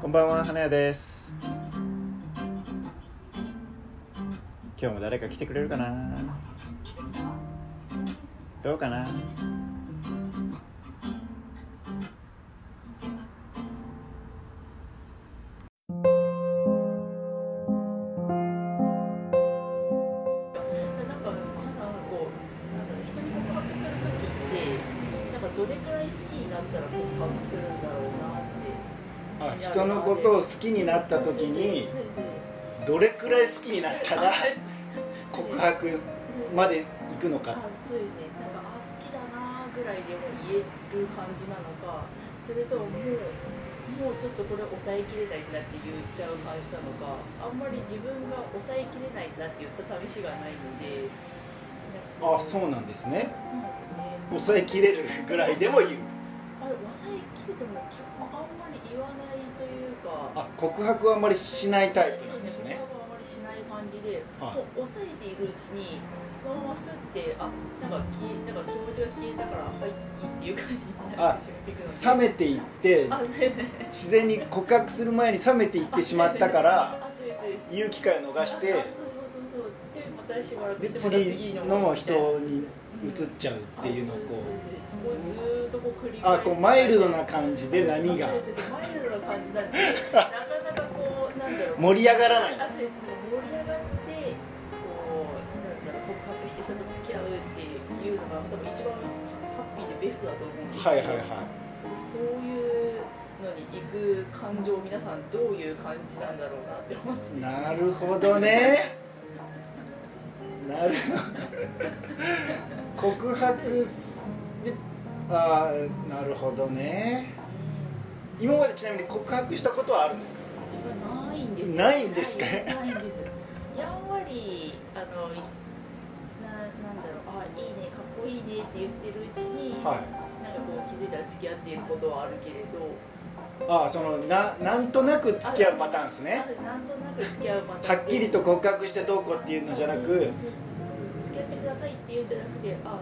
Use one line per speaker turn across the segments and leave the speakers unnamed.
こんばんは、花屋です。今日も誰か来てくれるかな。どうかな。
なんか皆さんこうなんだろう人に告白する時ってなんかどれくらい好きになったら告白するんだろうなって
あ人のことを好きになった時に
そうですそうです
どれくらい好きになったら告白まで行くの
あ
か。
そうですねなんかあ好きだなぐらいでも言える感じなのかそれとももうもうちょっとこれ抑えきれないってなって言っちゃう感じなのかあんまり自分が抑えきれないってなって言った試しがないのでなんか
あ、そうなんですね。
そうなんですよね
抑えきれるぐらいでも言う。
あれ抑えきれても基本あんまり言わないというか
あ、告白はあんまりしないタイプ
そ
な
うん
で
です
す
ね
ね。
僕はあんまりしない感じで、
はい
もう抑えているうちにそのまますってあなんか消えなんか気持ちが消えたからはい次っていう感じになってしまっていくので
冷めていって
あそうですね
自然に告白する前に冷めていってしまったから
あそうですそうです
言う機会を逃し
あ
て
そうそうそうそうでまたしばらく
で
してまた
次の人に移っちゃうっていうのを
あ
こ
そう
う
ですそうですもうずーっとこう繰り返
あ
し
こうマイルドな感じで波が
そうですそうですマイルドな感じなんでなかなかこうなんだろう
盛り上がらない
あそうですなんか盛り上がってこうなんだろう告白して人と付き合うっていうのが多分一番ハッピーでベストだと思うんですけど
はいはいはい
ちょっとそういうのに行く感情皆さんどういう感じなんだろうなって思って
なるほどねなるほど告白すであーなるほどね今までちなみに告白したことはあるんですか
やっぱないんですよ
ないんですか
ないないんですやんわりあのななんだろうあいいねかっこいいねって言ってるうちに、
はい
なんかこう気づいたら付き合っていることはあるけれど
あーそのななんとなく付き合うパターンですね
まずなんとなく付き合うパタ
は
ーン
っきりと告白してどうこうっていうのじゃな
そうそう
く
そうそう付き合ってくださいっていうんじゃなくてあかっ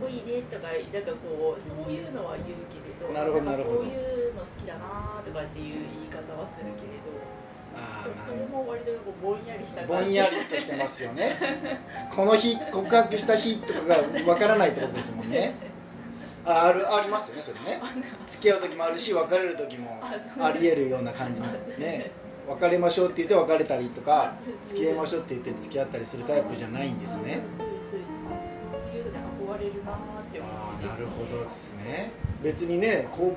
こいいねとかなんかこうそういうのは言うけれど
なるほど
ん
な
か
るほど
そういうの好きだなとかっていう言い方はするけれど
あ
でもそれ
ー
も割とこうぼんやりした
ぼ
感
ん
じ
やりとしてますよねこの日告白した日とかがわからないってことですもんねああるありますよねそれね付き合う時もあるし別れる時も
あそう
ありえるような感じなんですね別れましょうって言って別れたりとか付き合いましょうって言って付き合ったりするタイプじゃないんですね
あそうですそうですそうですそういうので憧れるなーって思
あ
っ
あ
てで
な
すね
るほどですね別にねこう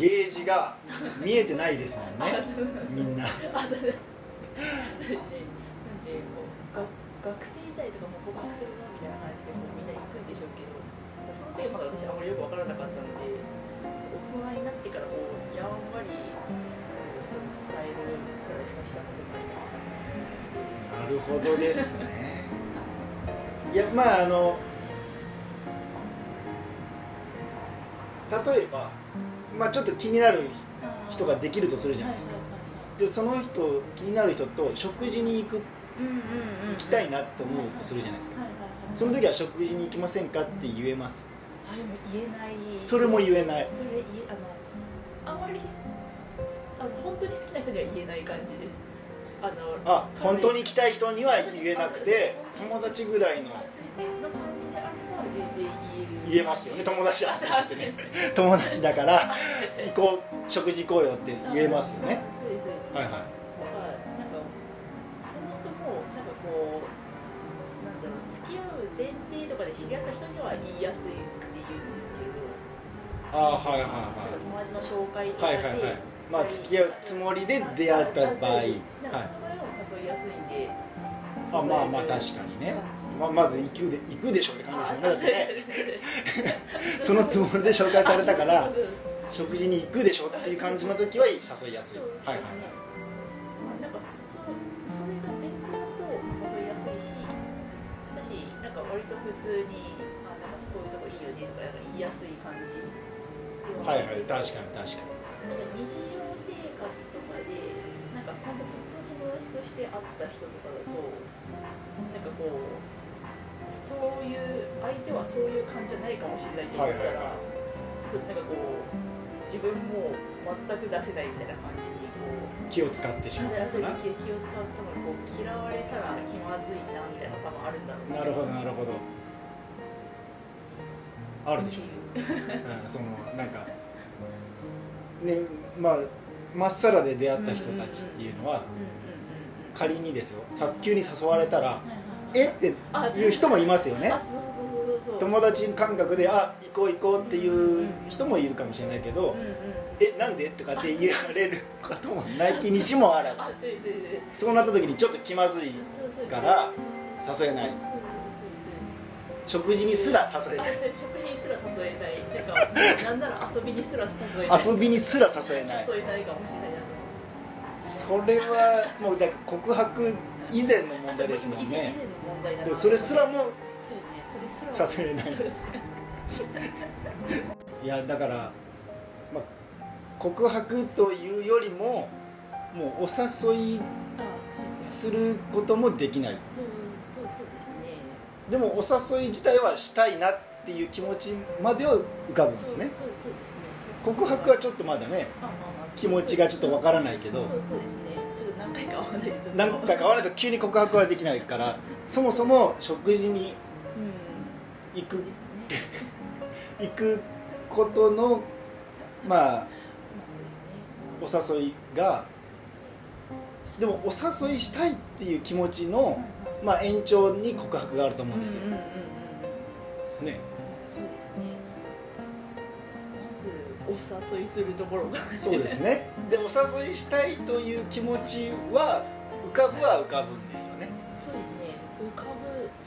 ゲージが見えてないですもんね
あそうそう
みんな
あそうだそれでなんでこうが学生時代とかも告白するぞみたいな感じでこうみんな行くんでしょうけどその時まだ私あんまりよく分からなかったので大人になってからこうやんわりこうそれを伝えるぐらいしかしたことないなって感じ
なるほどですね。いやまああの例えば、まあ、ちょっと気になる人ができるとするじゃないですか。でその人気になる人と食事に行く行
行
きたい
な
なって思うとするじゃないですか。
はいはいはい
その時は食事に行きませんかって言えます。
あでも言えない
それも言えない
それ言えあのあまりあの本当に好きな人には言えない感じですあの
あ本当に来たい人には言えなくて友達ぐらいの
あそれでの感じであれば全然言える
言えますよね友達だ
あそうですね
友達だから行こう食事行こうよって言えますよね。
あそうですそうです
はいはい。
とかなんかそもそもなんかこうなんだろう付き合う前提とかで知り合った人には言いやすくて言うんですけれど
あはいはい
なんか
は
友達の紹介とか
い
で、
はいはいはいまあ付き合うつもりで出会った場合
は
はいい
その場合は誘いやすいんで、
あまあまあ確かにねまあまず行くで行くでしょって感じですよねだってね そのつもりで紹介されたから食事に行くでしょっていう感じの時は誘いやすい
そうです
は
ね、
いはい
まあ、なんかそうそれが前提だと誘いやすいしだしなんか割と普通に、まあ、なんかそういうとこいいよねとかなんか言いやすい感じ
はいはい確かに
に
確かに
なんか日常生活とかでなんか本当普通の友達として会った人とかだとなんかこうそういう相手はそういう感じじゃないかもしれないと思ったら、
はいはいはい
ちょっとなんかこう自分も全く出せないみたいな感じにこう
気を使ってしまう
なぜ汗
のか
に気を使ったのにこう嫌われたら気まずいなみたいなの多分あるんだろう
ななるほどなるほどあるでしょ、
ょ
うん、そのなんかねまあまっさらで出会った人たちっていうのは
うんうんうんうん
仮にですよさ急に誘われたら
はいはいは
え
い
っていう人もいますよね
あそうそうそうそうそう
友達感覚であ行こう行こうっていう人もいるかもしれないけど、
うんうんうん
えなんでとかって言われることもない気にしもあら
あそ
ず
うそうそ
そうなった時にちょっと気まずいう
そうそう
から
そうそう
誘えない
そうそうそうそう
食事にすら誘え
あ
ない
そう食事にすら誘えない なんかなんなら遊びにすら誘えない
遊びにすら誘えない
誘えないかもしれないなと思
それはもうだから告白以前の問
って
題ですもん
以前以
ね
前の問題だ
で
な
もそれすらも
そうよねそれすら
誘えない
そうですね
いやだから、まあ、告白というよりももうお誘い
あそうです
することもできない
そうそうそうですね
でもお誘い自体はしたいなっていう気持ちまでは浮かぶんですね
そうそうそうですねそう
告白はちょっとまだね
まあまあまあ
気持ちがちょっとわからないけど
そうそうですねちょっと何回か会わないでちょっと
なんか合わないと急に告白はできないからそもそも食事に
うん
行く
ですね
行くことのまあ
まあそうですね
お誘いがでもお誘いしたいっていう気持ちの、
はい
まあ、延長に告白があると思うんですよ
うん、うんうんうんうん
ね、
そうですね。まずお誘いするところが。
そうですねでお誘いしたいという気持ちは浮かぶは浮かぶんですよね
そうですね。浮かぶ。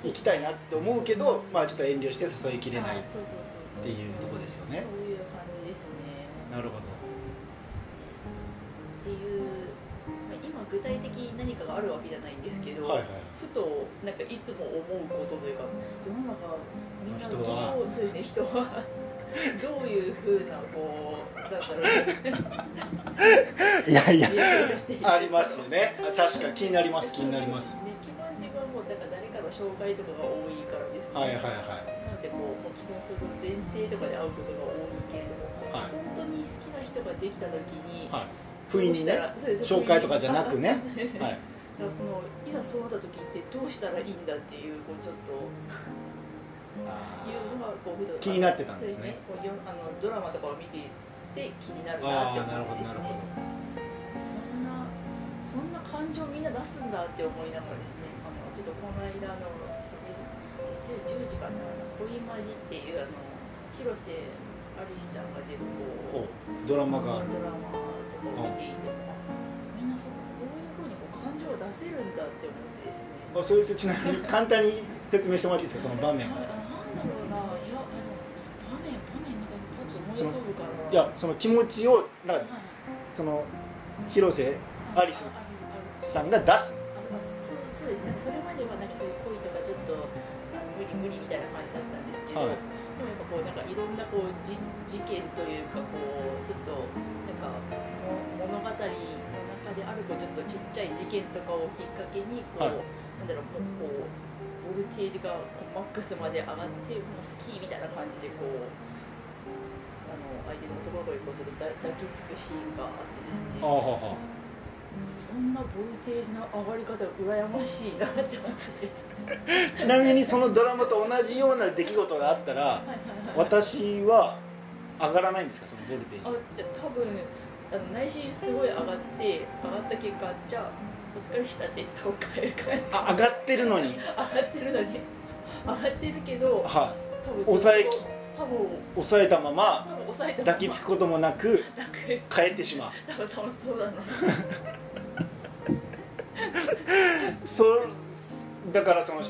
行きたいなって思うけど、まあ、ちょっと遠慮して誘いきれない
あそうそうそうそう。
っていうとこですよね
そういう感じですね。
なるほ
っていう。まあ今具体的に何かがあるわけじゃないんですけど。
はいはい
ふとなんかいつも思うことというか世の中みんな
人は
どうそうですね人はどういうふうなこうなんだろう
いやいや
リアクションしている
ありますよねあ確かに気になります気になります
ね基本自分はもうだから誰かの紹介とかが多いからですね
はいはいは
なのでこうもう基本その前提とかで会うことが多いけれども、
はい
本当に好きな人ができた時に、
いはい不意にねは
どうしたらそ
紹
うです
介とかじゃなくね
あそ うです
い
だからそのいざそうなった時ってどうしたらいいんだっていうこうちょっと
あ
いうのがこうふと
気になってたんですね
そうこうよあのドラマとかを見ていて気になる
ー
なっ
あ
て
ーなる
思っ
ほ
て
ど
で
な
す
るほ
ねそんなそんな感情みんな出すんだって思いながらですねあのちょっとこの間あのえ月曜 10, 時かな「恋マジ」っていうあの広瀬アリスちゃんが出る
どほ
こう
うドラ
ド
マ
ラ
があ
マ
る
とかを見ていてもあみんなそうこういうふうにこう感情を出せるんだって思ってですね
あそうですちなみに簡単に説明してもらっていいですかその場面
ななんだろうないやあの場面場面なんかパッと思い浮かぶから
いやその気持ちをなん
はい
かその広瀬アリス
あああ
さんが出す
ああそうそうですねそれまではなんかそういう恋とかちょっとあの無理無理みたいな感じだったんですけど、
はい
でもやっぱこうなんかいろんなこうじ事件というかこうちょっとなんかも物語の中であるこうちょっとちっちゃい事件とかをきっかけにこう、
はい
なんだろうもうこうボルテージがこうマックスまで上がってもうスキーみたいな感じでこう。あの相手の男の子にこうちょっと抱抱きつくシーンがあってですね
あはは
そんなボルテージの上がり方羨ましいなって思って
ちなみにそのドラマと同じような出来事があったら
はいはいはい
私は上がらないんですかそのボルテージ
あいや多分あの内心すごい上がって上がった結果じゃあお疲れしたって言って多分帰る感じ
あ上がってるのに
上がってるのに上がってるけど
は
多分
抑えき
多分
い抑えたま
多
ま
分抑えた
抱きつくこともなく
なく
帰ってしまう
多分多分そうだな
そうだからその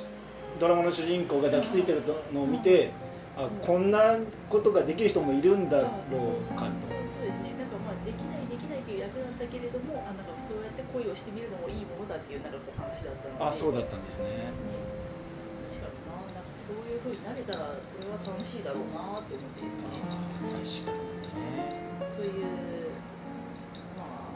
ドラマの主人公が抱きついてるのを見て、あこんなことができる人もいるんだろ
あそう
う
そ
か
うそうそうですねなんかまあできないできないという役だったけれどもあなんかそうやって恋をしてみるのもいいものだっていうなんかこう話だったので
とあそうだったんですね
ね、確かにな、なんかそういう風になれたら、それは楽しいだろうなって思ってです
確
ね。
かにね
という、まあ、ま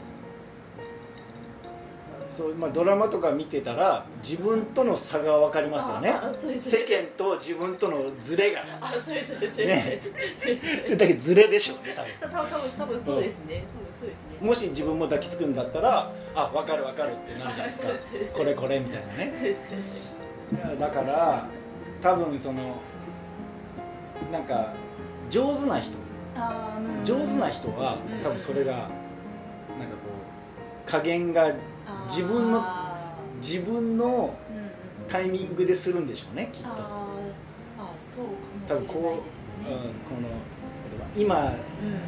あ
そうまあ、ドラマとか見てたら自分との差が分かりますよね
ああそうです
世間と自分とのズレが
あそれそれそれ、
ね
それそ れ
それだけズレでしょうね多
多分多分多分そうですね多分そうですね
分もし自分も抱きつくんだったらあ分かる分かるってなるじゃないですか
あ そうです
これこれみたいなね
そうですそうです
だから多分そのなんか上手な人
あーうん
上手な人は
うん
多分それがなんかこう加減が
あー
自分の自分の
うんうん
タイミングでするんでしょうねきっと、うん、こ
あーあーそうかもしれないですね
の例えば今
うんうん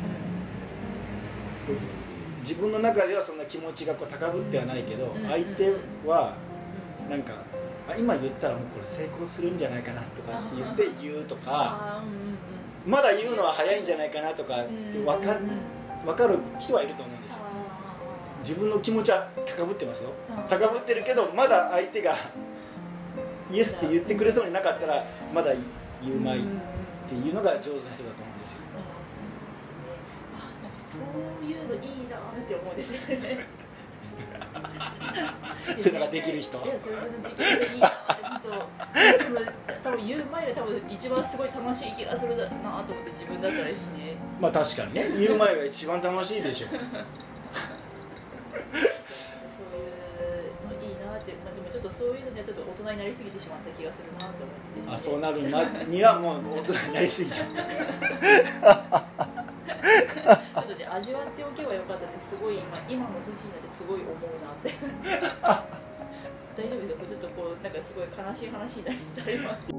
そう自分の中ではそんな気持ちがこう高ぶってはないけど、
うん
相手は
うん
なんかあ今言ったらもうこれ成功するんじゃないかなとかって言って言うとか
あーうんうんうん
まだ言うのは早いんじゃないかなとかって分か
うんうんうん
分かる人はいると思うんですよ
あ
自分の気持ちは高ぶってますよ
あー
高ぶってるけどまだ相手がイエスって言ってくれそうになかったらまだ言うまいっ
んんん
ていうのが上手な人だと思うんですよ
あーそうですねあーなんかそういうのいいなーって思うんですよね
そういうのができる人
いやそういうのできる人いいなーって本当その多分言う前で多分一番すごい楽しい気がするなーと思って自分だったらですね
まあ確かにね言う前が一番楽しいでしょ
そういうのいいなーって、まあ、でもちょっとそういうのにはちょっと大人になりすぎてしまった気がするなーと思って
あ
です、ね、
そうなるまにはもう大人になりすぎた
ちょっとね味わっておけばよかったですすごい今今の年になってすごい思うなって大丈夫ですかちょっとこうなんかすごい悲しい話になりつつあります